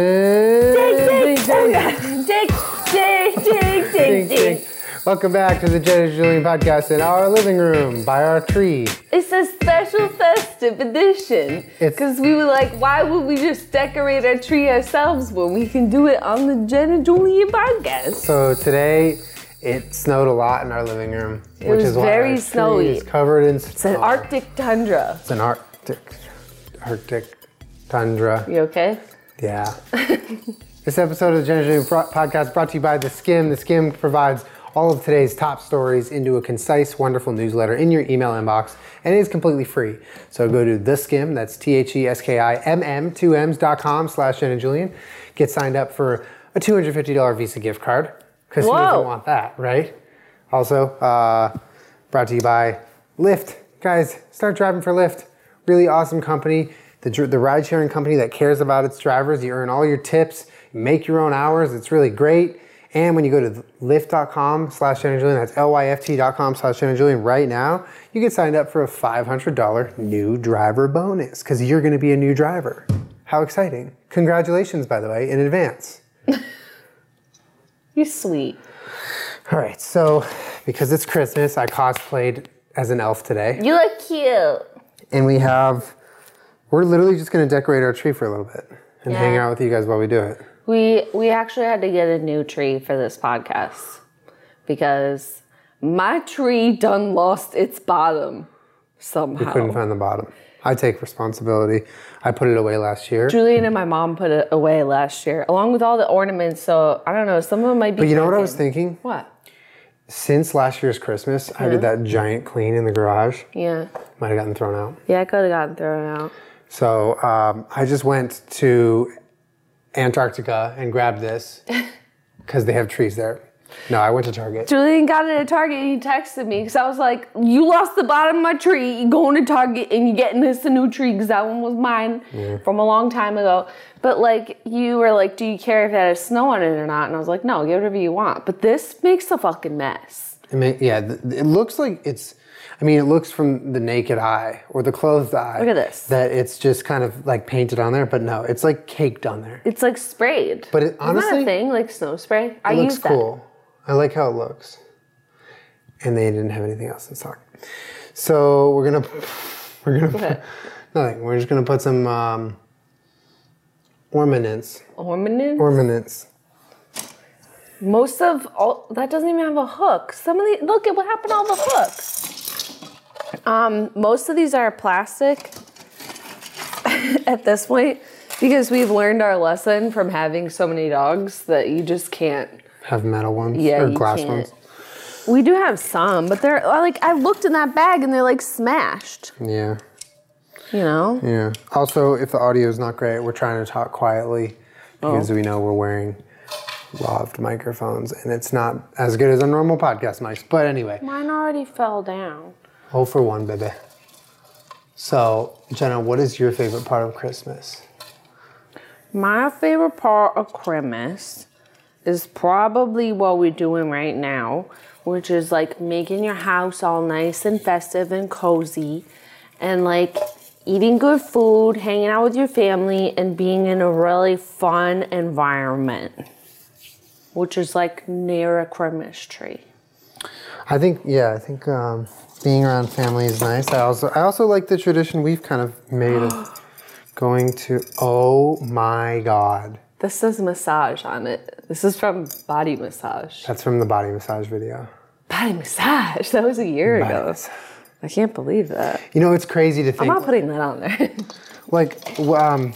Ding, ding, Dick, dick, dick, dick, ding, ding. dick. Welcome back to the Jenny Julian podcast in our living room by our tree. It's a special festive edition. It's- Because we were like, why would we just decorate our tree ourselves when we can do it on the Jen and Julian podcast? So today it snowed a lot in our living room, which was is why very our snowy. It's covered in snow. It's an Arctic tundra. It's an Arctic, Arctic tundra. You okay? Yeah. this episode of the Jenny Julian Pro- podcast brought to you by The Skim. The Skim provides all of today's top stories into a concise, wonderful newsletter in your email inbox, and it is completely free. So go to The Skim, that's T H E S K I M M, two M's dot com slash Jen and Julian. Get signed up for a $250 Visa gift card, because who Whoa. doesn't want that, right? Also, uh, brought to you by Lyft. Guys, start driving for Lyft. Really awesome company. The, dr- the ride sharing company that cares about its drivers. You earn all your tips, make your own hours. It's really great. And when you go to lyft.com slash Shannon Julian, that's lyft.com slash Shannon Julian right now, you get signed up for a $500 new driver bonus because you're going to be a new driver. How exciting! Congratulations, by the way, in advance. You're sweet. All right, so because it's Christmas, I cosplayed as an elf today. You look cute. and we have we're literally just going to decorate our tree for a little bit and hang Yeah. out with you guys while we do it We we actually had to get a new tree for this podcast because my tree done lost its bottom couldn't somehow. find the bottom i take responsibility i put it away last year Julian and my mom put it away last year, along with all the ornaments. So I don't know. Some of them might be. but you know what i was thinking What? since last year's christmas i did that giant clean in the garage Yeah, might have gotten thrown out yeah. I could have gotten thrown out. so um, i just went to antarctica and grabbed this because they have trees there no i went to target Julian got it at Target and he texted me because I was like, "You lost the bottom of my tree. You going to Target and you getting this a new tree because that one was mine from a long time ago." But like, you were like, "Do you care if it has snow on it or not?" And I was like, "No, get whatever you want." But this makes a fucking mess. I mean, yeah th- it looks like it's i mean it looks from the naked eye or the closed eye Look at this. that it's just kind of like painted on there, but no, it's like caked on there. It's like sprayed. But it- Isn't that honestly, a thing like snow spray? I It looks use that. cool. I like how it looks. And they didn't have anything else in stock, so we're gonna we're gonna Okay. nothing. We're just gonna put some um, ornaments. Ornament. Ornaments. Most of all that doesn't even have a hook. Some of the look at what happened to all the hooks. Um, most of these are plastic at this point because we've learned our lesson from having so many dogs that you just can't. Have metal ones Yeah, or you glass can't. ones. We do have some, but they're like I looked in that bag and they're like smashed. Yeah, You know, yeah. Also, if the audio is not great, we're trying to talk quietly because we know we're wearing loved microphones, and it's not as good as a normal podcast mics. But anyway. mine already fell down. Oh for one, baby. So, Jenna, what is your favorite part of Christmas? My favorite part of Christmas is probably what we're doing right now, which is like making your house all nice and festive and cozy and like eating good food, hanging out with your family, and being in a really fun environment, which is like near a Christmas tree. I think, yeah, I think um, being around family is nice. I also, I also like the tradition we've kind of made of going to. Oh my God, This says massage on it. This is from Body Massage. that's from the body massage video. Body Massage? That was a year Body ago. massage. I can't believe that. You know, it's crazy to I'm think. not putting that on there. like, w- um,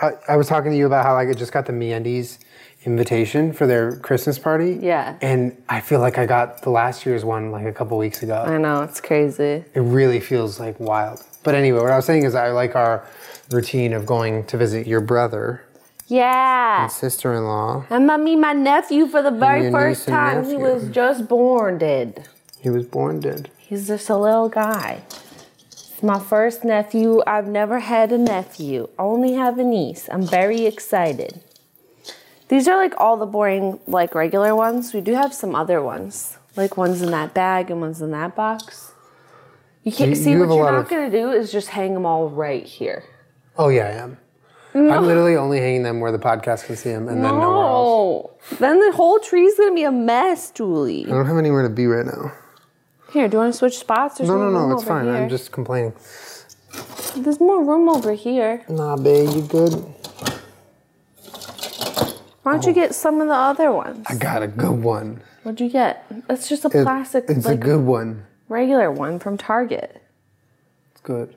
I, I was talking to you about how like I just got the MeUndies invitation for their Christmas party. Yeah. And I feel like I got the last year's one like a couple weeks ago. I know, it's crazy. it really feels like wild. But anyway, what I was saying is I like our routine of going to visit your brother, Yeah. sister-in-law. I'm gonna meet my nephew for the very your first niece and time. He nephew. was just born dead. He was born dead. He's just a little guy. It's my first nephew. I've never had a nephew. I only have a niece. I'm very excited. These are like all the boring, like regular ones. We do have some other ones. Like ones in that bag and ones in that box. You can't You- see you what have a you're lot not of- gonna do is just hang them all right here. Oh yeah, I am. I'm literally only hanging them where the podcast can see them, and then nowhere else. No. Then the whole tree's gonna be a mess, Julie. I don't have anywhere to be right now. Here, do you wanna switch spots? There's No, more no, no, room it's over fine. Here. I'm just complaining. There's more room over here. Nah, babe, you good? Why don't you get some of the other ones? Oh. I got a good one. What'd you get? It's just a It- plastic, It's a like good one. regular one from Target. It's good.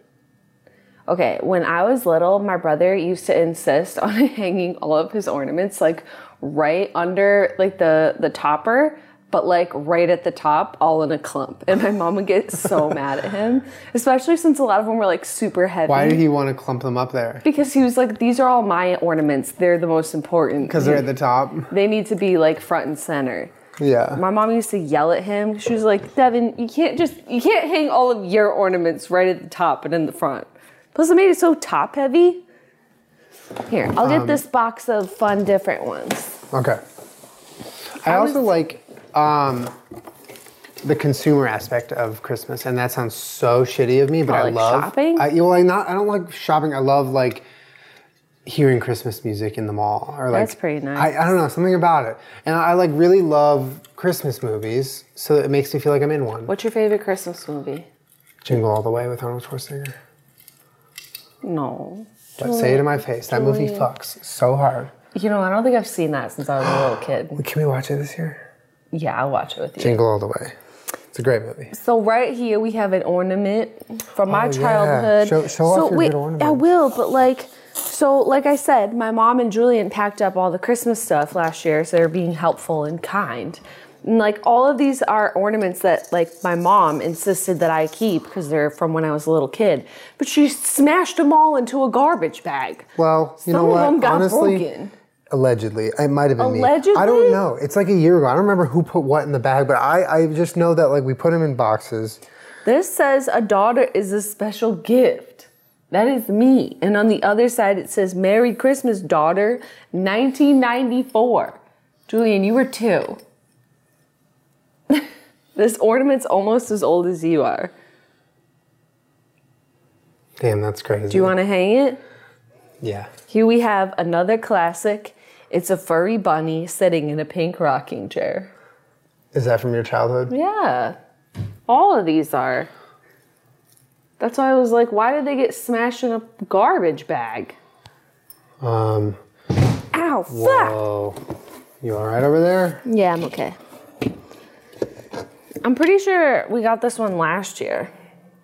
Okay, when I was little, my brother used to insist on hanging all of his ornaments like right under like the the topper, but like right at the top, all in a clump. And my mom would get so mad at him, especially since a lot of them were like super heavy. Why did he want to clump them up there? Because he was like, these are all my ornaments. They're the most important. Because they're at the top. they need to be like front and center. Yeah. My mom used to yell at him. She was like, Devin, you can't just, you can't hang all of your ornaments right at the top and in the front. Plus, it made it so top heavy. Here, I'll get this box of fun, different ones. Okay. I also like um, the consumer aspect of Christmas, and that sounds so shitty of me, but Oh, I like love shopping? I, you know, like not, I don't like shopping. I love like hearing Christmas music in the mall, or like That's pretty nice. I, I don't know something about it, and I, like really love Christmas movies, so it makes me feel like I'm in one. What's your favorite Christmas movie? Jingle all the way with Arnold Schwarzenegger. No. But say it in my face. That movie fucks so hard. You know, I don't think I've seen that since I was a little kid. Can we watch it this year? Yeah, I'll watch it with you. Jingle all the way. It's a great movie. So right here we have an ornament from my Oh, yeah. childhood. Show- show off so your wait, good ornament. I will, but like, so like I said, my mom and Julian packed up all the Christmas stuff last year, so they're being helpful and kind. And like all of these are ornaments that like my mom insisted that I keep because they're from when I was a little kid. But she smashed them all into a garbage bag. Well, you Some know what? of them got Honestly, broken. allegedly, it might have been me. I Allegedly? don't know. It's like a year ago. I don't remember who put what in the bag, but I, I just know that like we put them in boxes. This says a daughter is a special gift. That is me. And on the other side, it says Merry Christmas, daughter, 1994. Julian, you were two. this ornament's almost as old as you are. Damn, that's crazy. Do you want to hang it? Yeah. Here we have another classic. It's a furry bunny sitting in a pink rocking chair. Is that from your childhood? Yeah. All of these are. That's why I was like, why did they get smashed in a garbage bag? Um. Ow, fuck! Whoa. You all right over there? Yeah, I'm okay. I'm pretty sure we got this one last year,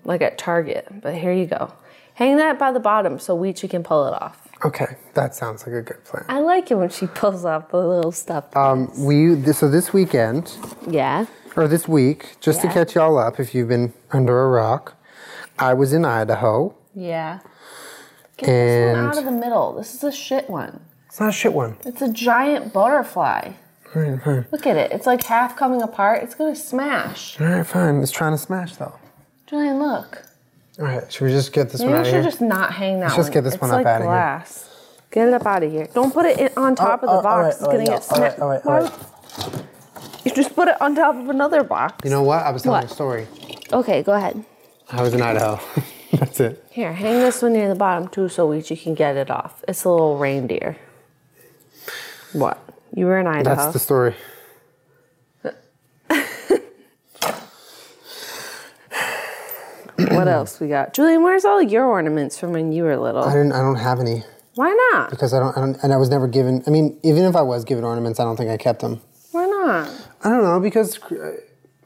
like at Target, but here you go. Hang that by the bottom so Weechi can pull it off. Okay, that sounds like a good plan. I like it when she pulls off the little stuff. Um, we this, so this weekend yeah. or this week, just Yeah. to catch y'all up if you've been under a rock, I was in Idaho Yeah. Get this one and out of the middle. This is a shit one. it's not a shit one. It's a giant butterfly. All right, fine. Look at it. It's like half coming apart. It's gonna smash. All right, fine. It's trying to smash though. Julian, look. All right, should we just get this Maybe one out we of should here? just not hang that Let's one. just get this it's one up like outta here. glass. Get it up out of here. Don't put it in, on top Oh, of the oh, all right, box. all right, no, it's gonna get smashed. all right, all Why right, all would- You just put it on top of another box. You know what? I was telling What? a story. Okay, go ahead. I was in Idaho. That's it. Here, hang this one near the bottom too, so we you can get it off. It's a little reindeer. What? You were in Idaho. That's the story. what else we got? Julian, where's all your ornaments from when you were I little? didn't. I don't have any Why not? because I don't, I don't. And I was never given. I mean, even if I was given ornaments, I don't think I kept them. Why not? I don't know because uh,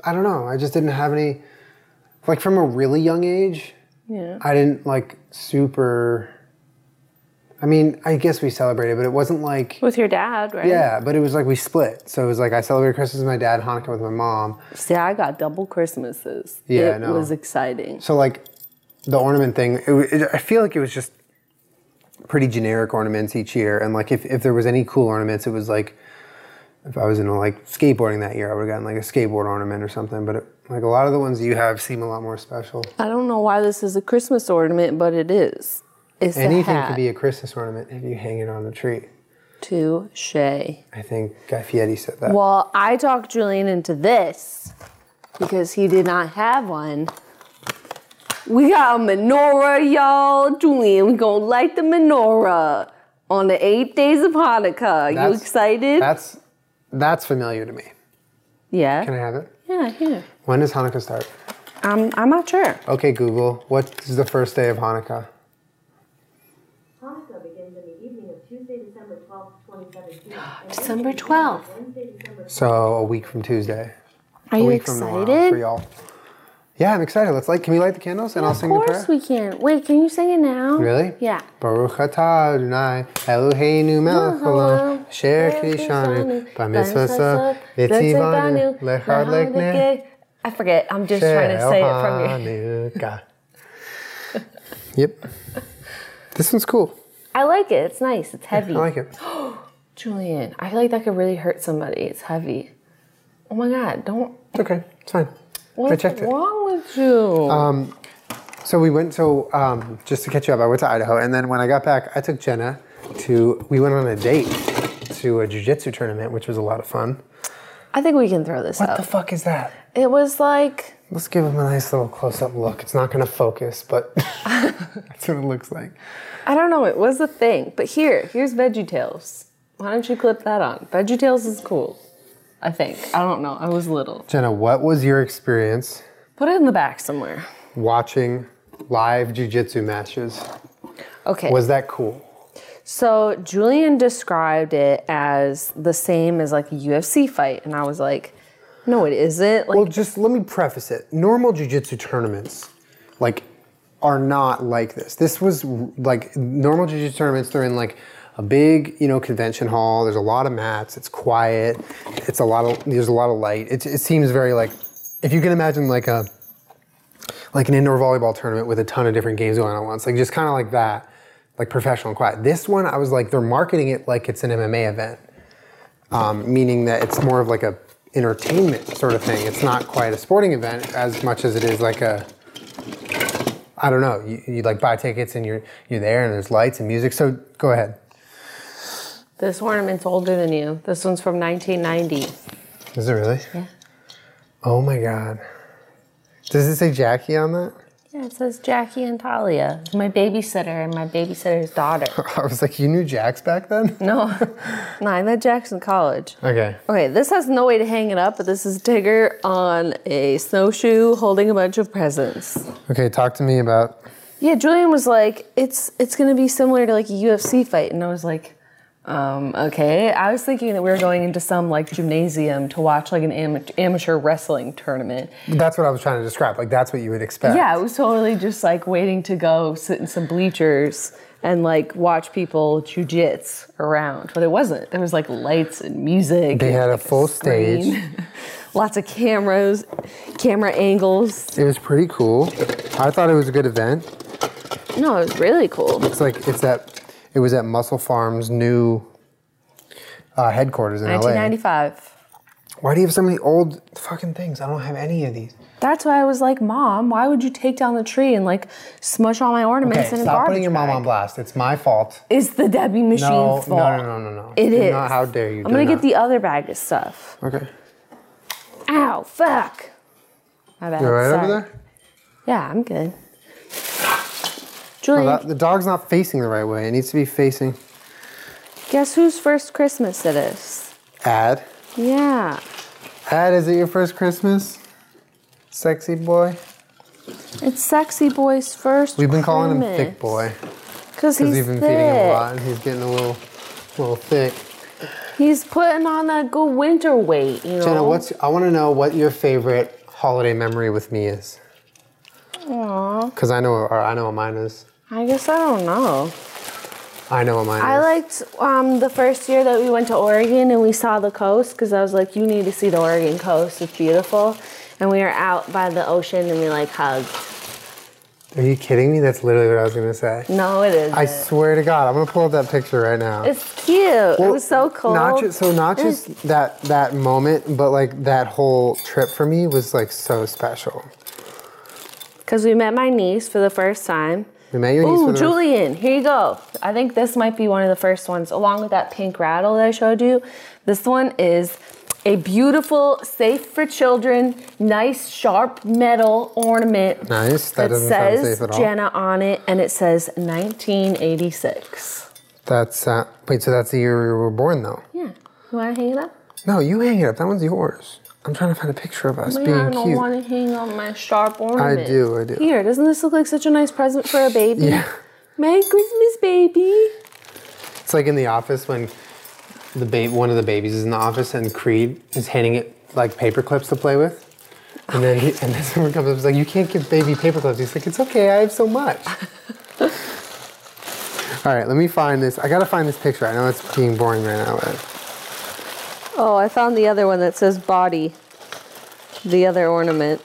I don't know. I just didn't have any. Like from a really young age, Yeah. I didn't like super. I mean, I guess we celebrated, but it wasn't like. With your dad, right? Yeah, but it was like we split. So it was like I celebrated Christmas with my dad, Hanukkah with my mom. See, I got double Christmases. Yeah, it I know. was exciting. So like, the ornament thing, it, wa- it, I feel like it was just pretty generic ornaments each year, and like if, if there was any cool ornaments, it was like if I was into like skateboarding that year, I would have gotten like a skateboard ornament or something. But it, like a lot of the ones you have seem a lot more special. I don't know why this is a Christmas ornament, but it is. It's a Anything hat could be a Christmas ornament if you hang it on a tree. to Shay. I think Guy Fieri said that. Well, I talked Julian into this because he did not have one. We got a menorah, y'all. Julian, we gonna light the menorah. on the eight days of Hanukkah. you That's- excited? That's that's familiar to me. yeah. Can I have it? yeah, here. When does Hanukkah start? I'm, I'm not sure. Okay, Google. What is the first day of Hanukkah? Hanukkah begins in the evening of Tuesday, December 12th, 2017. and December ends 12th. Wednesday, December So a week from Tuesday. Are A you week from tomorrow for excited? y'all. Yeah, I'm excited. Let's light. Can we light the candles and I'll Of sing the prayer? course we can. Wait, can you sing it now? Really? Yeah. Baruch atah Adonai Eloheinu melech haolam asher kishanu b'mitzvasa v'tzivanu lechad lekneh I forget. I'm just trying to say it from you. it from you. yep. This one's cool. I like it. It's nice. It's heavy. I like it. Julian, I feel like that could really hurt somebody. It's heavy. Oh my God! Don't. It's okay. It's fine. I What's checked it. Um, wrong with you? So we went. So um, just to catch you up, I went to Idaho, and then when I got back, I took Jenna to. We went on a date to a jujitsu tournament, which was a lot of fun. I think we can throw this What up. the fuck is that? it was like Let's give him a nice little close-up look. It's not going to focus, but that's what it looks like. I don't know. It was a thing. But here, here's Veggie Tales. Why don't you clip that on? Veggie Tales is cool. I think. I don't know. I was little. Jenna, what was your experience Put it in the back somewhere. watching live jujitsu matches? Okay. Was that cool? So Julian described it as the same as like a UFC fight, and I was like, no, it isn't. Like Well, just let me preface it. Normal jiu-jitsu tournaments, like, are not like this. This was like normal jiu-jitsu tournaments. They're in like a big, you know, convention hall. There's a lot of mats. It's quiet. It's a lot of there's a lot of light. It, it seems very like if you can imagine like a like an indoor volleyball tournament with a ton of different games going on at once. Like just kind of like that, like professional and quiet. This one, I was like, they're marketing it like it's an MMA event, um, meaning that it's more of like a entertainment sort of thing. It's not quite a sporting event as much as it is like a. I don't know. You, you like buy tickets and you're you're there and there's lights and music. So go ahead. this ornament's older than you. This one's from 1990. Is it really? Yeah. Oh my god. Does it say Jackie on that? Yeah, it says Jackie and Talia. My babysitter and my babysitter's daughter. I was like, you knew Jax back then. No, no, I met Jackson College. Okay. Okay, this has no way to hang it up, but this is Tigger on a snowshoe holding a bunch of presents. Okay. Talk to me about Yeah, Julian was like, "It's it's gonna be similar to like a UFC fight," and I was like, um, "Okay." I was thinking that we were going into some like gymnasium to watch like an ama- amateur wrestling tournament. That's what I was trying to describe. Like that's what you would expect. Yeah, it was totally just like waiting to go sit in some bleachers and like watch people jujits around, but it wasn't. There was like lights and music. They and, had a like, full stage. screen. Lots of cameras, camera angles. It was pretty cool. I thought it was a good event. No, it was really cool. It's like it's that it was at Muscle Farms new uh, headquarters in LA. 1995. Why do you have so many old fucking things? I don't have any of these. That's why I was like, Mom, why would you take down the tree and like smush all my ornaments in a stop garbage putting your mom bag? on blast. It's my fault. It's the Debbie machine's No, fault. no, no, no, no, no. It Do is. not- how dare you, I'm do gonna not. get the other bag of stuff. Okay. Ow, fuck. My bad. You all right Sorry. over there? Yeah, I'm good. No, Julian, Oh, that, the dog's not facing the right way. It needs to be facing guess whose first Christmas it is? Ad. Yeah. Ad, is it your first Christmas? Sexy boy. It's Sexy Boy's first We've been calling him thick boy. Because he's, Because he's been thick. feeding him a lot and he's getting a little, little thick. He's putting on that good winter weight, you know. Jenna, what's I want to know what your favorite holiday memory with me is, Aw, because I know or I know what mine is. I guess I don't know. I know what mine I is. liked um, the first year that we went to Oregon and we saw the coast because I was like, you need to see the Oregon coast. It's beautiful. And we were out by the ocean and we like hugged. Are you kidding me? That's literally what I was gonna say. No, it isn't. I swear to God, I'm gonna pull up that picture right now. it's cute. it Well, was so cold. Not just, so not It was- just that that moment, but like that whole trip for me was like so special. Because we met my niece for the first time. We met your niece. Ooh, for the- Julian, here you go. I think this might be one of the first ones, along with that pink rattle that I showed you. This one is a beautiful, safe for children, nice, sharp metal ornament. Nice. That doesn't sound says safe at all. Jenna on it, and it says 1986. That's uh, wait. So that's the year you were born, though. Yeah. You want to hang it up? No, you hang it up. That one's yours. I'm trying to find a picture of us Man, I being don't cute. want to hang up my sharp I ornament. do. I do. Here, doesn't this look like such a nice present for a baby? Yeah. Merry Christmas, baby. It's like in the office when the ba- one of the babies is in the office and Creed is handing it like paper clips to play with. And then, he, and then someone comes up and is like, You can't give baby paper clips. He's like, It's okay, I have so much. All right, let me find this. I gotta find this picture. I know it's being boring right now, but Oh, I found the other one that says body. The other ornament.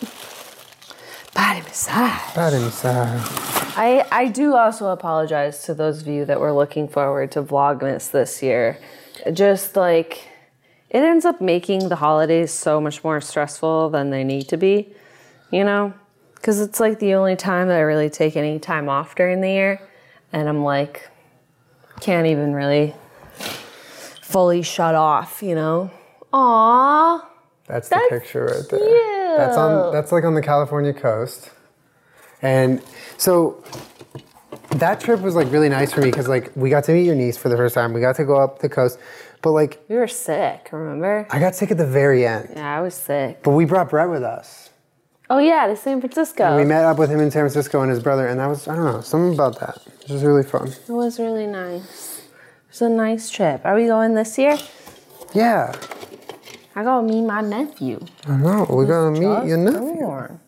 Body massage. that inside. I, I do also apologize to those of you that were looking forward to Vlogmas this year. Just like it ends up making the holidays so much more stressful than they need to be, you know? Because it's like the only time that I really take any time off during the year. And I'm like, can't even really fully shut off, you know? Aww. That's the That's picture right there. That's Oh. on that's like on the California coast. And so that trip was like really nice for me because like we got to meet your niece for the first time. We got to go up the coast. But like We were sick, remember? I got sick at the very end, Yeah, I was sick. but we brought Brett with us. Oh, yeah, to San Francisco. We met up with him in San Francisco and his brother, and that was, I don't know, something about that. It was really fun. It was really nice. It was a nice trip. Are we going this year? Yeah. I gotta meet my nephew. I know. We're going to meet your nephew. Sure.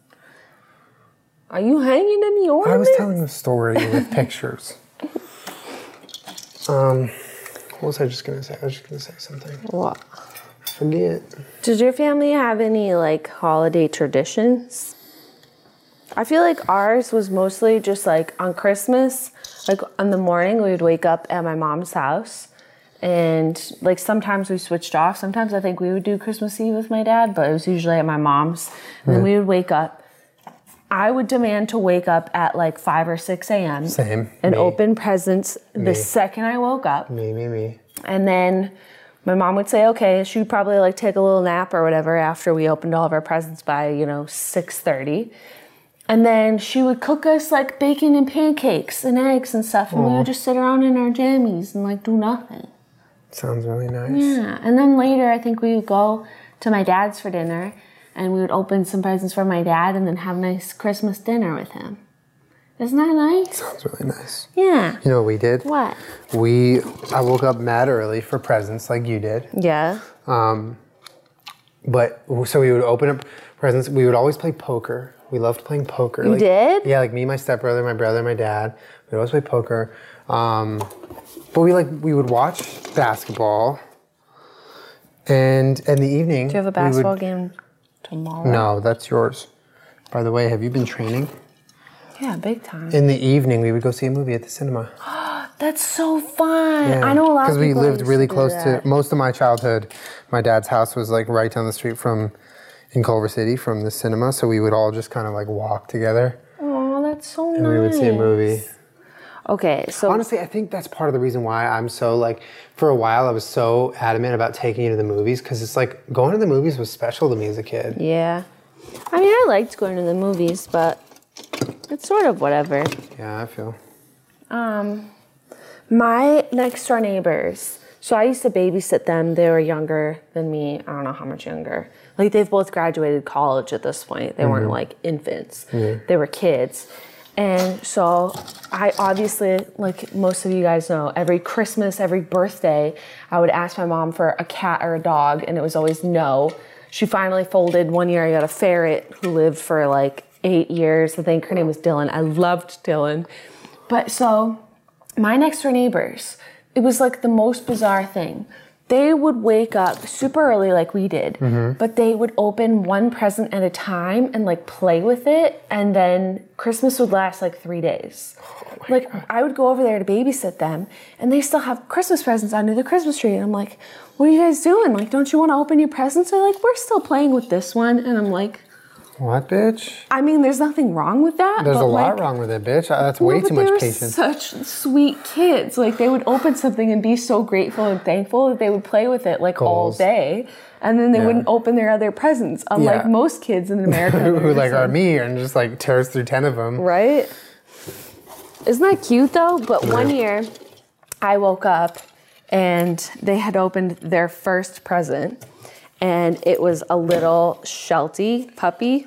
Are you hanging in the ornament? I was telling a story with pictures. Um, what was I just going to say? I was just going to say something. What? I forget. Does your family have any like holiday traditions? I feel like ours was mostly just like on Christmas, like in the morning we would wake up at my mom's house and like sometimes we switched off. Sometimes I think we would do Christmas Eve with my dad, but it was usually at my mom's. And then we would wake up. I would demand to wake up at like 5 or 6 a.m. Same. and Me. open presents Me. the second I woke up. Me, me, me. And then my mom would say, okay, she'd probably like take a little nap or whatever after we opened all of our presents by, you know, 6.30. And then she would cook us like bacon and pancakes and eggs and stuff. And we would just sit around in our jammies and like do nothing. Sounds really nice. Yeah. And then later, I think we would go to my dad's for dinner and we would open some presents for my dad and then have a nice Christmas dinner with him. Isn't that nice? Sounds really nice. Yeah. You know what we did? What? We, I woke up mad early for presents like you did. Yeah. Um, but so we would open up presents. We would always play poker. We loved playing poker. You did? Yeah, like me, my stepbrother, my brother, my dad. We'd always play poker. Um, but we like we would watch basketball. And in the evening, Do you have a basketball game tomorrow? No, that's yours. By the way, have you been training? Yeah, big time. In the evening, we would go see a movie at the cinema. That's so fun. Yeah, I know a lot of Because we people lived used really do close that. to most of my childhood. My dad's house was like right down the street from in Culver City from the cinema, so we would all just kind of like walk together Oh, that's so and nice. we would see a movie. Okay, so Honestly, I think that's part of the reason why I'm so like for a while I was so adamant about taking you to the movies because it's like going to the movies was special to me as a kid. yeah, I mean, I liked going to the movies, but it's sort of whatever. Yeah, I feel. Um, my next door neighbors. So I used to babysit them. They were younger than me. I don't know how much younger. Like they've both graduated college at this point. They weren't like infants. They were kids. And so I obviously, like most of you guys know, every Christmas, every birthday, I would ask my mom for a cat or a dog, and it was always no. She finally folded. One year I got a ferret who lived for like eight years. I think her name was Dylan. I loved Dylan. But so my next door neighbors, it was like the most bizarre thing. They would wake up super early like we did, Mm-hmm. but they would open one present at a time and like play with it. And then Christmas would last like three days. Oh like I would go over there to babysit them and they still have Christmas presents under the Christmas tree. And I'm like, what are you guys doing? Like, don't you want to open your presents? They're like, we're still playing with this one. And I'm like, What, bitch? I mean, there's nothing wrong with that. There's but, a lot like, wrong with it, bitch. Uh, That's way no, but too they much were patience. Such sweet kids. Like they would open something and be so grateful and thankful that they would play with it like all Goals. day, and then they Yeah. wouldn't open their other presents, unlike Yeah. most kids in America Who like are our me and just like tears through ten of them. right? Isn't that cute though? But one year, I woke up and they had opened their first present, and it was a little Sheltie puppy.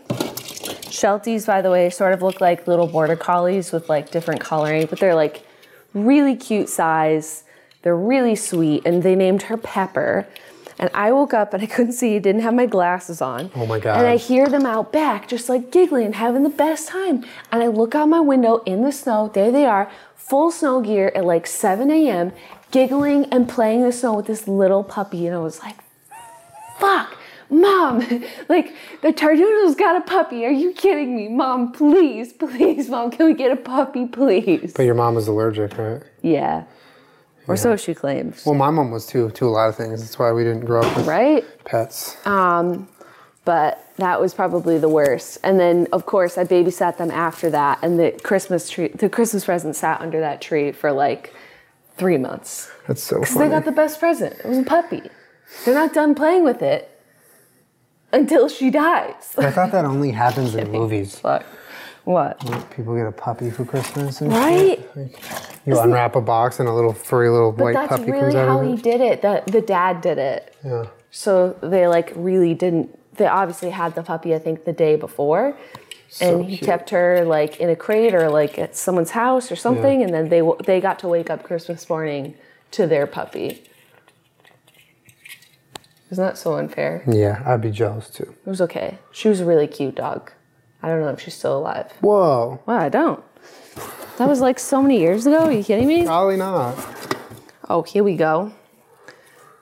Shelties, by the way, sort of look like little border collies with like different coloring, but they're like really cute size. They're really sweet, and they named her Pepper. And I woke up and I couldn't see, didn't have my glasses on. Oh my And I God. hear them out back, just like giggling and having the best time. And I look out my window in the snow. There they are, full snow gear at like 7 a.m., giggling and playing in the snow with this little puppy. And I was like, fuck, mom, like the tornado's got a puppy. Are you kidding me? Mom, please, please, mom, can we get a puppy, please? But your mom was allergic, right? Yeah. Or so she claims, Well, my mom was too, to a lot of things. That's why we didn't grow up with right? pets. Um, but that was probably the worst. And then, of course, I babysat them after that, and the Christmas tree, the Christmas present sat under that tree for like three months. That's so They funny. got the best present. It was a puppy. They're not done playing with it until she dies. I thought that only happens in movies. Fuck. What? People get a puppy for Christmas and Right? shit. Like, you unwrap a box and a little furry little But white that's puppy really comes out how of he it. did it. The the dad did it. Yeah. So they like really didn't. They obviously had the puppy, I think, the day before, and he cute. kept her like in a crate or like at someone's house or something, and then they w- they got to wake up Christmas morning to their puppy. Isn't that so unfair? Yeah, I'd be jealous too. It was okay. She was a really cute dog. I don't know if she's still alive. Whoa, Well, I don't. That was like so many years ago. Are you kidding me? probably not. Oh, here we go.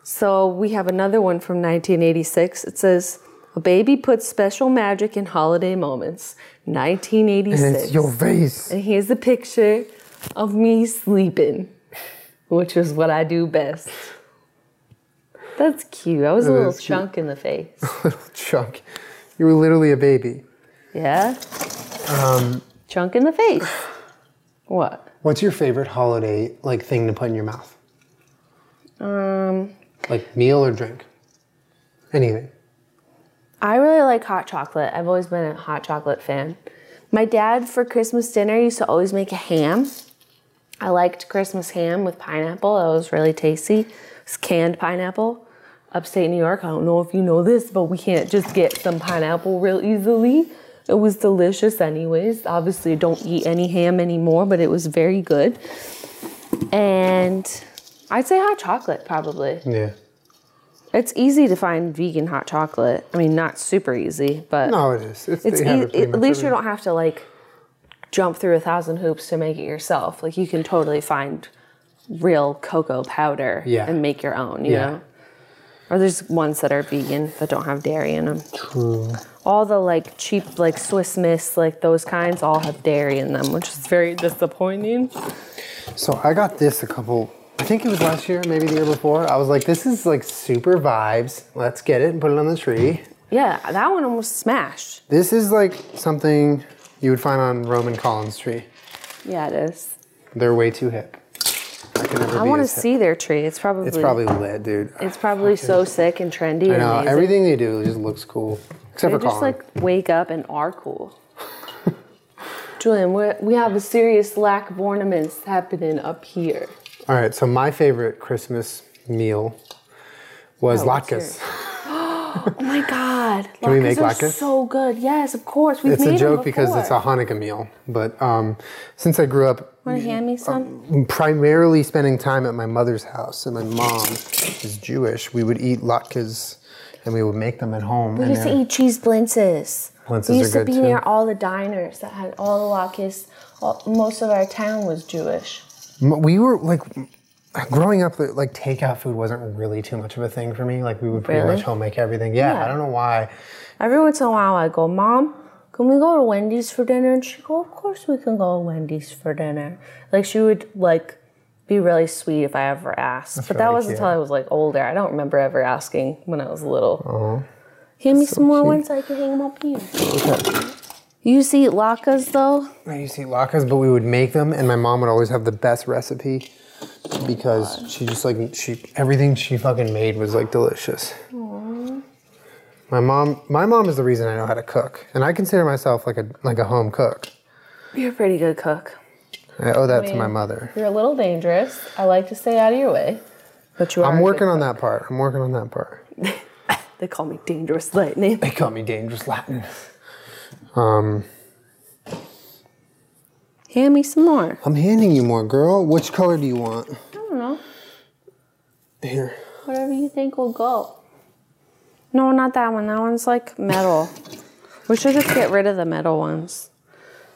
So we have another one from 1986. It says, A baby puts special magic in holiday moments. And it's 1986. your face. And here's a picture of me sleeping, which is what I do best. That's cute. I was a That little is cute. chunk in the face. little chunk. You were literally a baby. Yeah? Um, chunk in the face. What? What's your favorite holiday like thing to put in your mouth? Um, Like meal or drink? Anything. I really like hot chocolate. I've always been a hot chocolate fan. My dad for Christmas dinner used to always make a ham. I liked Christmas ham with pineapple. That was really tasty. It was canned pineapple. Upstate New York, I don't know if you know this, but we can't just get some pineapple real easily. It was delicious, anyways. Obviously, I don't eat any ham anymore, but it was very good. And I'd say hot chocolate, probably. Yeah. It's easy to find vegan hot chocolate. I mean, not super easy, but No, it is. It's, it's e-, they have ea- it pretty at much least you everywhere. don't have to like jump through a thousand hoops to make it yourself. Like you can totally find real cocoa powder Yeah. and make your own, you Yeah. know. Or there's ones that are vegan that don't have dairy in them. True. All the like cheap like Swiss Miss, like those kinds all have dairy in them, which is very disappointing. So I got this a couple. I think it was last year, maybe the year before. I was like, "This is like super vibes. Let's get it and put it on the tree." Yeah, that one almost smashed. This is like something you would find on Roman Collins' tree. Yeah, it is. They're way too hip. I can never I be want to as hip. see their tree. It's probably It's probably lit, dude. It's probably so sick and trendy. I know and amazing. everything they do just looks cool, except They for just Colin. like wake up and are cool. Julian, we we have a serious lack of ornaments happening up here. All right, so my favorite Christmas meal was Oh, what's latkes. Oh my God! Can we make are latkes? so good. Yes, of course. We've It's made a joke them because it's a Mm, before. Hanukkah meal, but um, since I grew up Wanna hand um, me some? primarily spending time at my mother's house, and my mom is Jewish, we would eat latkes and we would make them at home. we and used to they're- eat cheese blintzes. Blintzes we are used to good, be too. near all the diners that had all the latkes. All, most of our town was Jewish. M- we were like growing up like takeout food wasn't really too much of a thing for me like we would pretty Really? much home make everything yeah, Yeah. i don't know why Every once in a while, I go, Mom, can we go to Wendy's for dinner? And she go, Of course we can go to Wendy's for dinner. Like she would like be really sweet if I ever asked, but that really was cute. until I was like older. I don't remember ever asking when I was little. Hand me some more Oh. cute. ones so I can hang them up here. You used to eat latkes though. i used to eat latkes but we would make them and my mom would always have the best recipe because she just like she everything she fucking made was like delicious my mom my mom is the reason i know how to cook and i consider myself like a like a home cook You're a pretty good cook. I owe that to mean, my mother. You're a little dangerous. I like to stay out of your way, but you are. I'm working on that part. I'm working on that part. They call me dangerous lightning. They call me dangerous Latin. Um, Hand me some more. I'm handing you more, girl. Which color do you want? I don't know. Here. Whatever you think will go. No, not that one. That one's like metal. we should just get rid of the metal ones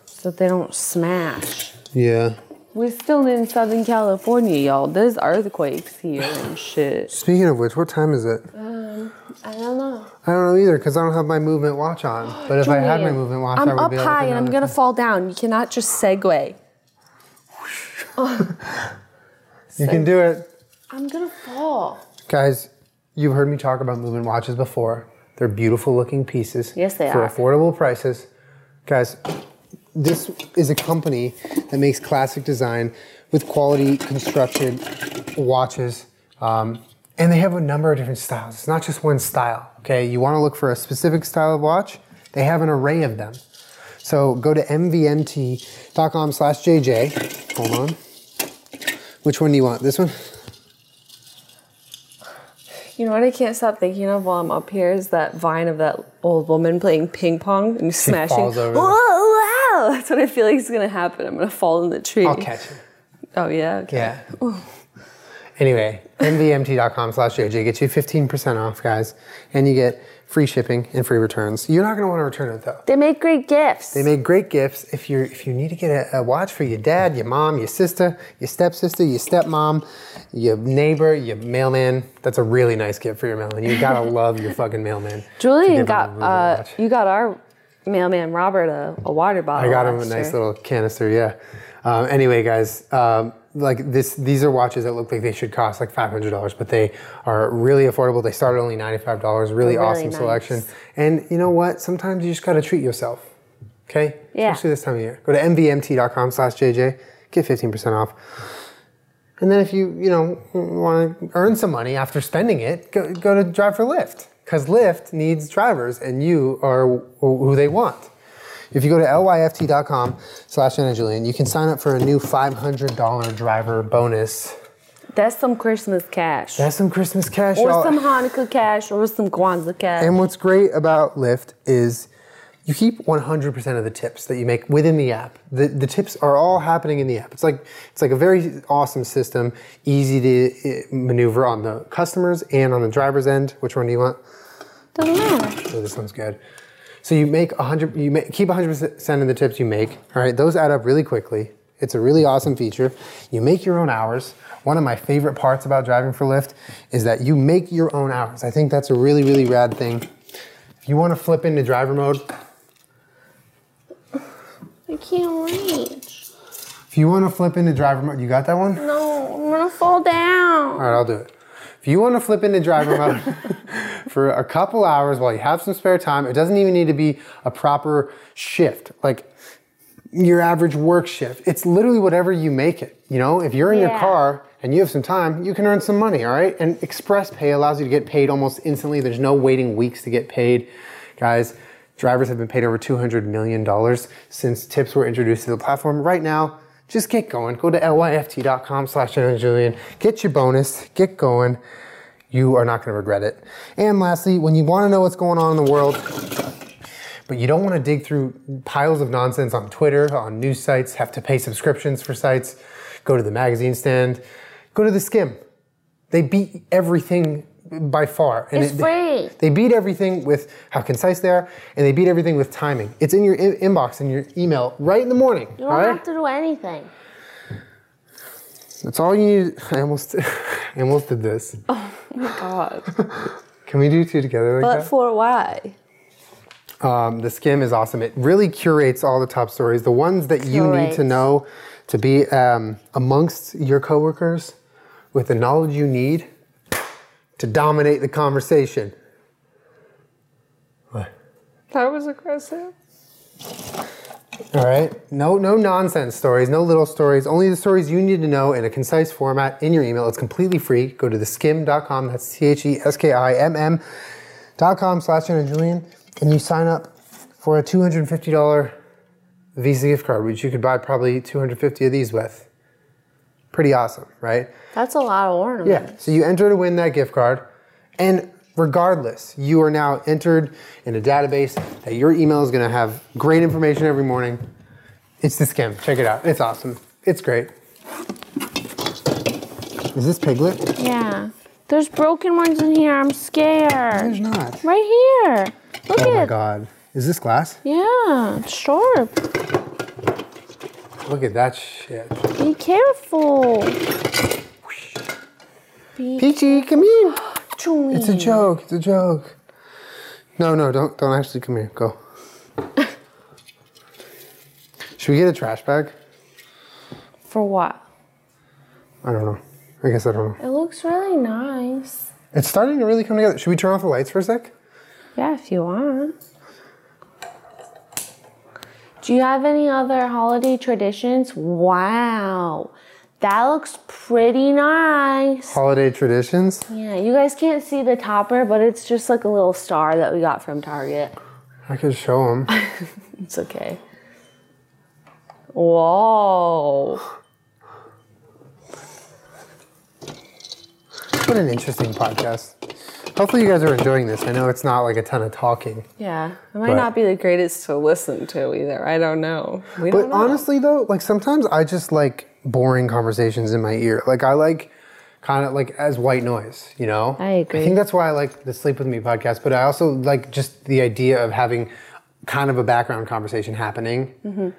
so that they don't smash. Yeah. We're still in Southern California, y'all. There's earthquakes here and shit. Speaking of which, what time is it? I don't know. I don't know either because I don't have my movement watch on. But if I had my Julian, movement watch, I'm I would up be able high to and I'm know. gonna fall down. You cannot just segue. You can do it. I'm gonna fall. Guys, you've heard me talk about movement watches before. They're beautiful looking pieces. Yes, they for are. affordable prices. Guys, this is a company that makes classic design with quality constructed watches. Um, and they have a number of different styles. It's not just one style, okay? You wanna look for a specific style of watch, they have an array of them. So go to mvmt.com slash JJ. Hold on. Which one do you want? This one? You know what I can't stop thinking of while I'm up here is that vine of that old woman playing ping pong and smashing. falls over. Whoa, wow! That's what I feel like is gonna happen. I'm gonna fall in the tree. I'll catch it. Oh yeah. Okay. Yeah. Anyway, nvmt.com slash JJ gets you 15% off, guys, and you get free shipping and free returns. You're not going to want to return it, though. They make great gifts. They make great gifts if you if you need to get a, a watch for your dad, your mom, your sister, your stepsister, your stepmom, your neighbor, your mailman. That's a really nice gift for your mailman. You gotta love your fucking mailman. to Julian give him a got moving uh, watch. you got our mailman Robert a, a water bottle. I got him a last nice year. little canister, yeah. Um, anyway, guys, um, like this, these are watches that look like they should cost like five hundred dollars, but they are really affordable. They start at only ninety five dollars. Really, They're really awesome nice. selection. And you know what? Sometimes you just got to treat yourself. Okay. Yeah. Especially this time of year. Go to mvmt.com/jj. Get fifteen percent off. And then if you you know want to earn some money after spending it, go, go to Drive for Lyft because Lyft needs drivers, and you are wh- who they want. If you go to lyft.com slash Anna Julian, you can sign up for a new $500 driver bonus. That's some Christmas cash, That's some Christmas cash, or y'all. some Hanukkah cash, or some Kwanzaa cash. And what's great about Lyft is you keep 100% of the tips that you make within the app. The, the tips are all happening in the app. It's like it's like a very awesome system, easy to eh, maneuver on the customers and on the driver's end. Which one do you want? Doesn't matter. Oh, this one's good. So you make 100, you make, keep 100% of the tips you make. All right, those add up really quickly. It's a really awesome feature. You make your own hours. One of my favorite parts about driving for Lyft is that you make your own hours. I think that's a really, really rad thing. If you want to flip into driver mode, I can't reach. if you want to flip into driver mode, you got that one? No, I'm gonna fall down. All right, I'll do it. If you want to flip into driver mode for a couple hours while you have some spare time, it doesn't even need to be a proper shift, like your average work shift. It's literally whatever you make it. You know, if you're in your Yeah. car and you have some time, you can earn some money, all right? And Express Pay allows you to get paid almost instantly. There's no waiting weeks to get paid. Guys, drivers have been paid over $200 million since tips were introduced to the platform. Right now, just get going. Go to lyft.com slash Jenna and Julian. Get your bonus. Get going. You are not going to regret it. And lastly, when you want to know what's going on in the world, but you don't want to dig through piles of nonsense on Twitter, on news sites, have to pay subscriptions for sites, go to the magazine stand, go to the skim. They beat everything by far. And It's it- free. They beat everything with how concise they are, and they beat everything with timing. It's in your in- inbox, in your email, right in the morning. You don't all right? have to do anything. That's all you need. I almost, I almost did this. Oh God. Can we do two together like But that? for why? Um, the skim is awesome. It really curates all the top stories, the ones that you need to Curates. know to be um, amongst your coworkers with the knowledge you need to dominate the conversation. What? That was aggressive. All right. No, no nonsense stories, no little stories, only the stories you need to know in a concise format in your email. It's completely free. Go to theskim.com. That's T H E S K I M M dot com slash Jenna Julian and you sign up for a $250 Visa gift card, which you could buy probably 250 of these with. Pretty awesome, right? That's a lot of ornaments. Yeah. So you enter to win that gift card, and regardless, you are now entered in a database that your email is going to have great information every morning. It's the skim. Check it out. It's awesome. It's great. Is this Piglet? Yeah. There's broken ones in here. I'm scared. There's not. Right here. Look Oh my at god. Is this glass? Yeah, it's sharp. Look at that shit. Be careful. Peachy, come here. Chewy. It's a joke. It's a joke. No, no, don't don't actually come here. Go. Should we get a trash bag? For what? I don't know. I guess I don't know. It looks really nice. It's starting to really come together. Should we turn off the lights for a sec? Yeah, if you want. Do you have any other holiday traditions? Wow. That looks pretty nice. Holiday traditions. Yeah, you guys can't see the topper, but it's just like a little star that we got from Target. I could show them. It's okay. Whoa. What an interesting podcast. Hopefully, you guys are enjoying this. I know it's not like a ton of talking. Yeah, it might But- not be the greatest to listen to either. I don't know. We But don't know. honestly, though, like sometimes I just like boring conversations in my ear. Like I like kind of like as white noise, you know? I agree. I think that's why I like the Sleep With Me podcast, but I also like just the idea of having kind of a background conversation happening. Mm-hmm.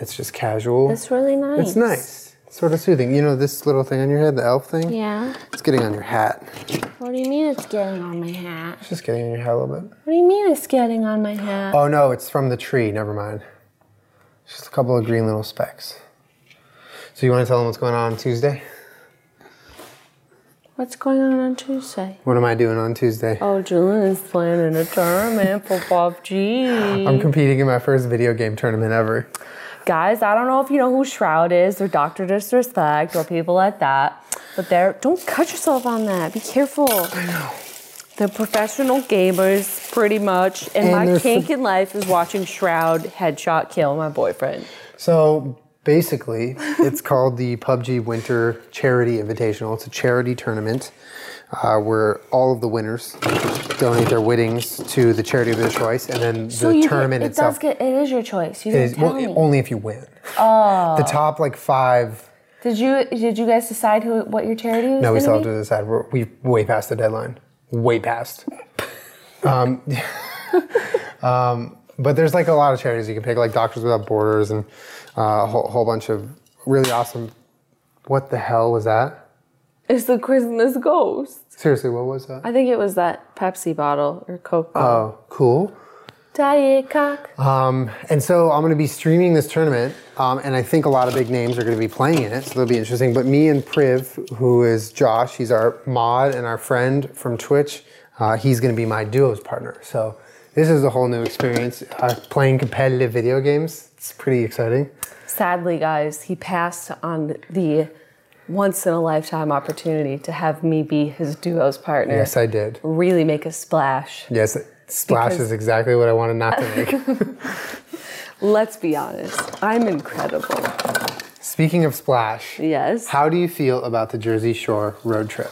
It's just casual. it's really nice. It's nice. It's sort of soothing. You know, this little thing on your head, the elf thing? Yeah. It's getting on your hat. What do you mean it's getting on my hat? It's just getting on your hat a little bit. What do you mean it's getting on my hat? Oh no, it's from the tree. Never mind. Just a couple of green little specks. So you want to tell them what's going on on Tuesday? What's going on on Tuesday? What am I doing on Tuesday? Oh, Julian's playing in a tournament for PUBG. I'm competing in my first video game tournament ever. Guys, I don't know if you know who Shroud is or Dr. Disrespect or people like that, but they're. Don't cut yourself on that. Be careful. I know. They're professional gamers, pretty much, and, And my they're kink for- in life is watching Shroud headshot kill my boyfriend. So basically, it's called the PUBG Winter Charity Invitational. It's a charity tournament uh, where all of the winners donate their winnings to the charity of their choice, and then the you tournament get, it itself does get. It is your choice. You is didn't tell well, me. only if you win. Oh. The top like five. Did you did you guys decide who what your charity was? No, we gonna still have be? to decide. We're we way past the deadline. Way past. um, um, but there's like a lot of charities you can pick, like Doctors Without Borders and uh, a whole, whole bunch of really awesome. What the hell was that? It's the Christmas ghost. Seriously, what was that? I think it was that Pepsi bottle or Coke bottle. Oh, cool. Diet Coke. Um, and so I'm going to be streaming this tournament, um, and I think a lot of big names are going to be playing in it, so that'll be interesting. But me and Priv, who is Josh, he's our mod and our friend from Twitch, uh, he's going to be my duos partner. So this is a whole new experience uh, playing competitive video games. It's pretty exciting. Sadly, guys, he passed on the once in a lifetime opportunity to have me be his duo's partner. Yes, I did. Really make a splash. Yes, Splash Because- is exactly what I wanted not to make. Let's be honest. I'm incredible. Speaking of Splash, Yes. how do you feel about the Jersey Shore road trip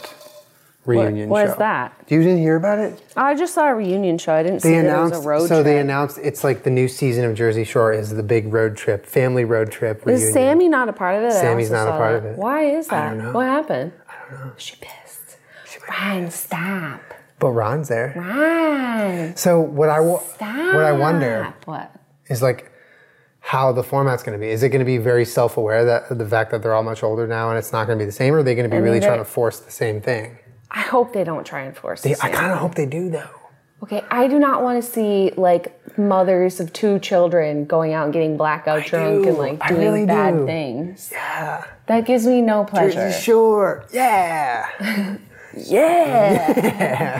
reunion what show? is that? You didn't hear about it? I just saw a reunion show. I didn't see They that announced it was a road so trip. they announced it's like the new season of Jersey Shore is the big road trip, family road trip reunion. is Sammy not a part of it? I Sammy's also not a saw part that. of it. Why is that? I don't know. What happened? I don't know. She pissed. Ryan, stop. But Ron's there. Ryan, So what I wa- stop. what I wonder What? is like how the format's going to be. Is it going to be very self-aware that the fact that they're all much older now and it's not going to be the same, or are they going to be mean, really they- trying to force the same thing? I hope they don't try and force They- this. I kind of hope they do though. Okay, I do not want to see like mothers of two children going out and getting blackout drunk do. and like I doing really bad do. things. Yeah, That gives me no pleasure. Jersey Shore. Yeah. Yeah.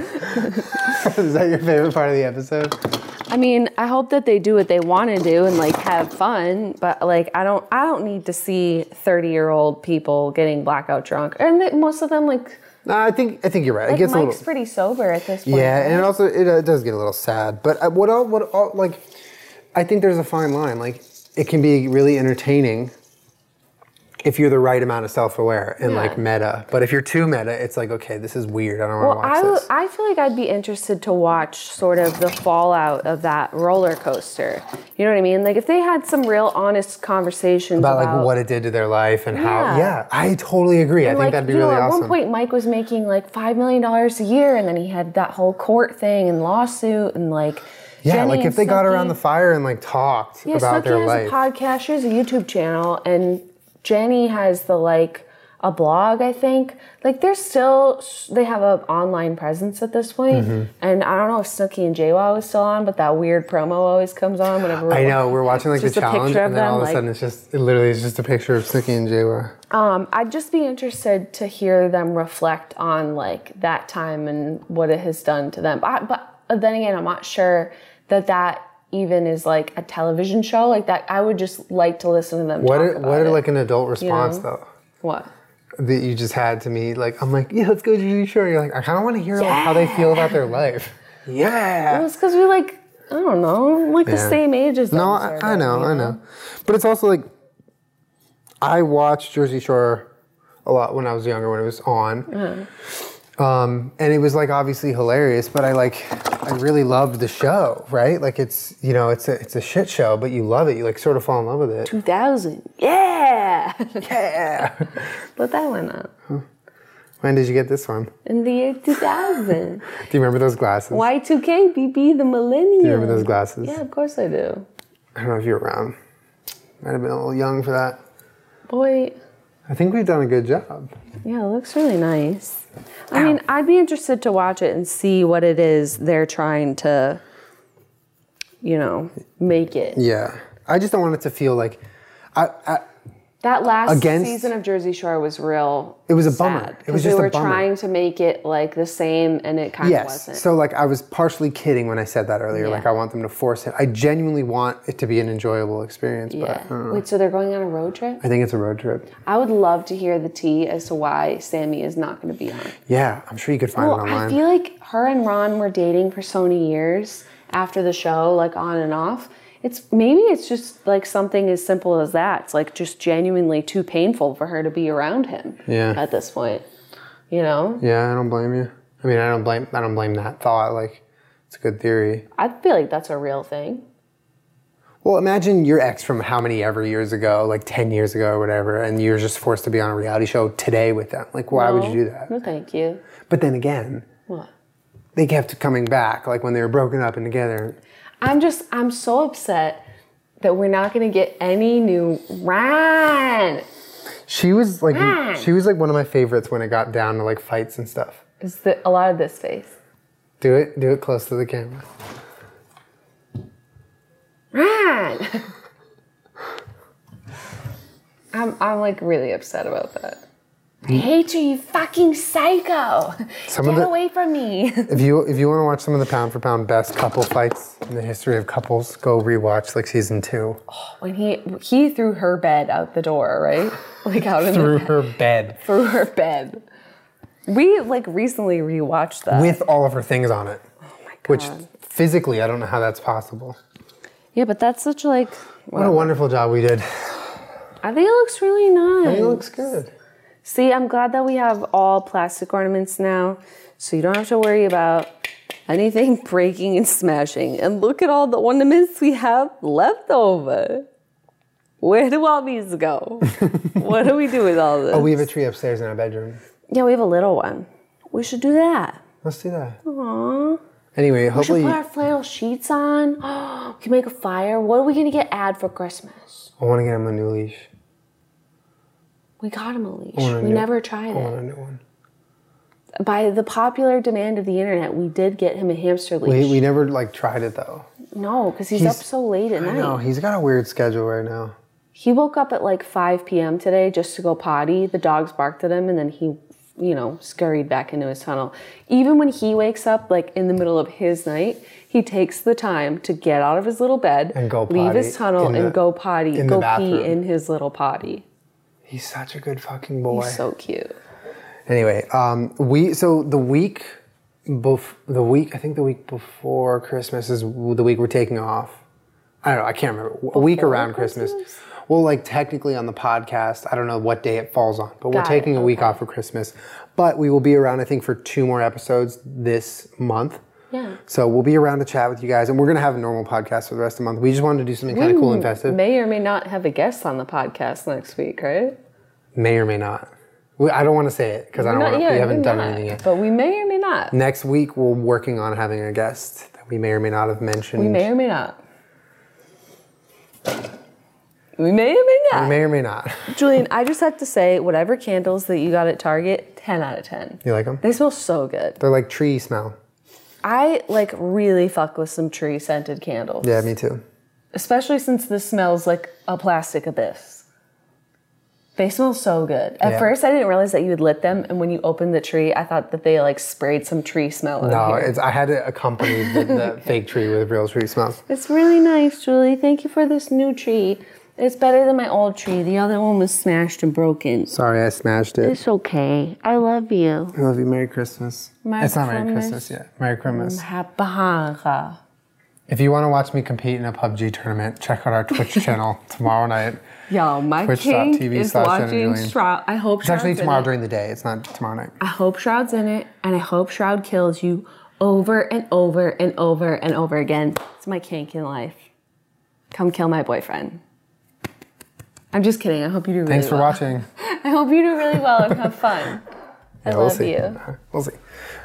is that your favorite part of the episode? I mean, I hope that they do what they want to do and like have fun, but like I don't I don't need to see 30-year-old people getting blackout drunk. And that most of them like, No, I think I think you're right. it like gets Mike's a little. pretty sober at this point. Yeah, and it also it uh, does get a little sad. But uh, what all, what all, like, I think there's a fine line. Like, it can be really entertaining if you're the right amount of self-aware and Yeah. like meta. But if you're too meta, it's like okay, this is weird. I don't Well, want I, to watch w- this. I feel like I'd be interested to watch sort of the fallout of that roller coaster. You know what I mean? Like if they had some real honest conversations about about, like what it did to their life and how. Yeah. Yeah, I totally agree. I think like, that'd be you really know, at awesome. one point Mike was making like five million dollars a year, and then he had that whole court thing and lawsuit and like. yeah, Jenny like and if they got around Snooki- the fire and like talked Yeah, about Snooki their has life. a podcast. She has a YouTube channel, and Jenny has the like a blog. I think like they're still they have an online presence at this point. Mm-hmm. And I don't know if Snooki and JWoww was still on, but that weird promo always comes on whenever we're I know we're watching like the Just a picture challenge, of and then them, all of a like- sudden it's just it literally is just a picture of Snooki and Jawa. Um, I'd just be interested to hear them reflect on like that time and what it has done to them. But, but then again, I'm not sure that that even is like a television show like that. I would just like to listen to them. What talk are, about what are it. like an adult response know? though? what? that you just had to me. Like, I'm like, yeah, let's go to Jersey Shore. You're like, I kind of want to hear like, how they feel about their life. It Yeah. was because we like I don't know, like Yeah. the same age as them. No, I, sort I of, know, you I know. But it's also like, I watched Jersey Shore a lot when I was younger, when it was on. Um, and it was like obviously hilarious, but I like, I really loved the show, right? Like it's, you know, it's a, it's a shit show, but you love it. You like sort of fall in love with it. 2000. Yeah. Yeah. Put that one up. when did you get this one? In the year 2000. Do you remember those glasses? Y2K, BB, the millennium. Do you remember those glasses? Yeah, of course I do. I don't know if you were around. Might have been a little young for that. Boy, I think we've done a good job. yeah, it looks really nice. I mean, I'd be interested to watch it and see what it is they're trying to, you know, make it. Yeah. I just don't want it to feel like I, I That last Against- season of Jersey Shore was real. It was a bummer. sad, It was 'cause they just a were bummer. trying to make it like the same, and it kind of yes. wasn't. So like I was partially kidding when I said that earlier. Yeah. Like I want them to force it. I genuinely want it to be an enjoyable experience, but I, don't yeah. know. Wait, so they're going on a road trip? I think it's a road trip. I would love to hear the tea as to why Sammy is not going to be on. Yeah, I'm sure you could find Well, it I online. feel like her and Ron were dating for so many years after the show, like on and off. It's maybe it's just like something as simple as that. It's like just genuinely too painful for her to be around him Yeah. at this point. You know? yeah, I don't blame you. I mean, I don't blame I don't blame that thought. Like it's a good theory. I feel like that's a real thing. Well, imagine your ex from how many ever years ago, like 10 years ago or whatever, and you're just forced to be on a reality show today with them. Like why would No. you do that? No, thank you. But then again, What? they kept coming back like when they were broken up and together. I'm just I'm so upset that we're not gonna get any new Ron. She was like Mm. she was like one of my favorites when it got down to like fights and stuff. Is the, a lot of this face. Do it, do it close to the camera. Ron. I'm I'm like really upset about that. I hate you, you fucking psycho. Some of Get the- away from me. If you if you want to watch some of the pound for pound best couple fights in the history of couples, go rewatch like season two when he he threw her bed out the door, right? Like out in through the her bed through her bed. We like recently rewatched that. with all of her things on it, which God. physically I don't know how that's possible. yeah, but that's such like What a wonderful job we did. I think it looks really nice. It looks good. See, I'm glad that we have all plastic ornaments now, so you don't have to worry about anything breaking and smashing. And look at all the ornaments we have left over. Where do all these go? what do we do with all this? Oh, we have a tree upstairs in our bedroom. yeah, we have a little one. We should do that. Let's do that. Aww. Anyway, We should hopefully, put I our flannel sheets on. we can make a fire. What are we gonna get Ad for Christmas? want to get him a new leash. We got him a leash. I wanna We do- never tried I it. want a new one. By the popular demand of the internet, we did get him a hamster leash. We, we never like tried it though. No, because he's, He's- up so late at I night. know he's got a weird schedule right now. He woke up at like 5 p.m. today just to go potty. The dogs barked at him and then he, you know, scurried back into his tunnel. Even when he wakes up, like in the middle of his night, he takes the time to get out of his little bed And go leave his potty tunnel, in and the- go potty, in the go bathroom. pee in his little potty. He's such a good fucking boy. He's so cute. anyway, um, we so the week, bef- the week I think the week before Christmas is w- the week we're taking off. I don't know. I can't remember. A week around Christmas. Well, like technically on the podcast, I don't know what day it falls on, but we're Got it, taking a week off for Christmas. But we will be around, I think, for two more episodes this month. Yeah. So we'll be around to chat with you guys, and we're gonna have a normal podcast for the rest of the month. We just wanted to do something kind of cool and festive. May, May or may not have a guest on the podcast next week, right? or may not. We, I don't want to say it because I don't. Not Wanna, yet, we haven't may done not, anything yet. But we may or may not. Next week, we're working on having a guest that we may or may not have mentioned. We may or may not. We may or may We not. may or may not. Julian, I just have to say, whatever candles that you got at Target, 10 out of 10. You like them? They smell so good. They're like tree smell. I like really fuck with some tree scented candles. Yeah, me too. Especially since this smells like a plastic abyss. They smell so good. At Yeah. first, I didn't realize that you had lit them, and when you opened the tree, I thought that they like sprayed some tree smell. in No, here. it's I had to accompany the, the fake tree with real tree smells. It's really nice, Julie. Thank you for this new tree. It's better than my old tree. The other one was smashed and broken. Sorry, I smashed it. It's okay. I love you. I love you. Merry Christmas. Merry it's not Merry Christmas. Christmas yet. Merry Christmas. Bahara. If you want to watch me compete in a PUBG tournament, check out our Twitch channel tomorrow night. Yo, my Twitch.tv king is slash Jenna watching Julian. Shroud. I hope It's actually Shroud's in tomorrow it. during the day. It's not tomorrow night. I hope Shroud's in it, and I hope Shroud kills you over and over and over and over again. It's my kink in life. Come kill my boyfriend. I'm just kidding. I hope you do really Thanks for well. watching. I hope you do really well and have fun. I Yeah, love we'll see. you. We'll see.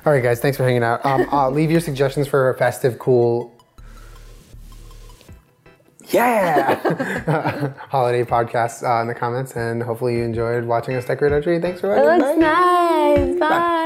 All right, guys. Thanks for hanging out. Um, uh, leave your suggestions for a festive, cool. Yeah! Holiday podcasts uh, in the comments, and hopefully you enjoyed watching us decorate our tree. Thanks for watching. Looks nice. Bye.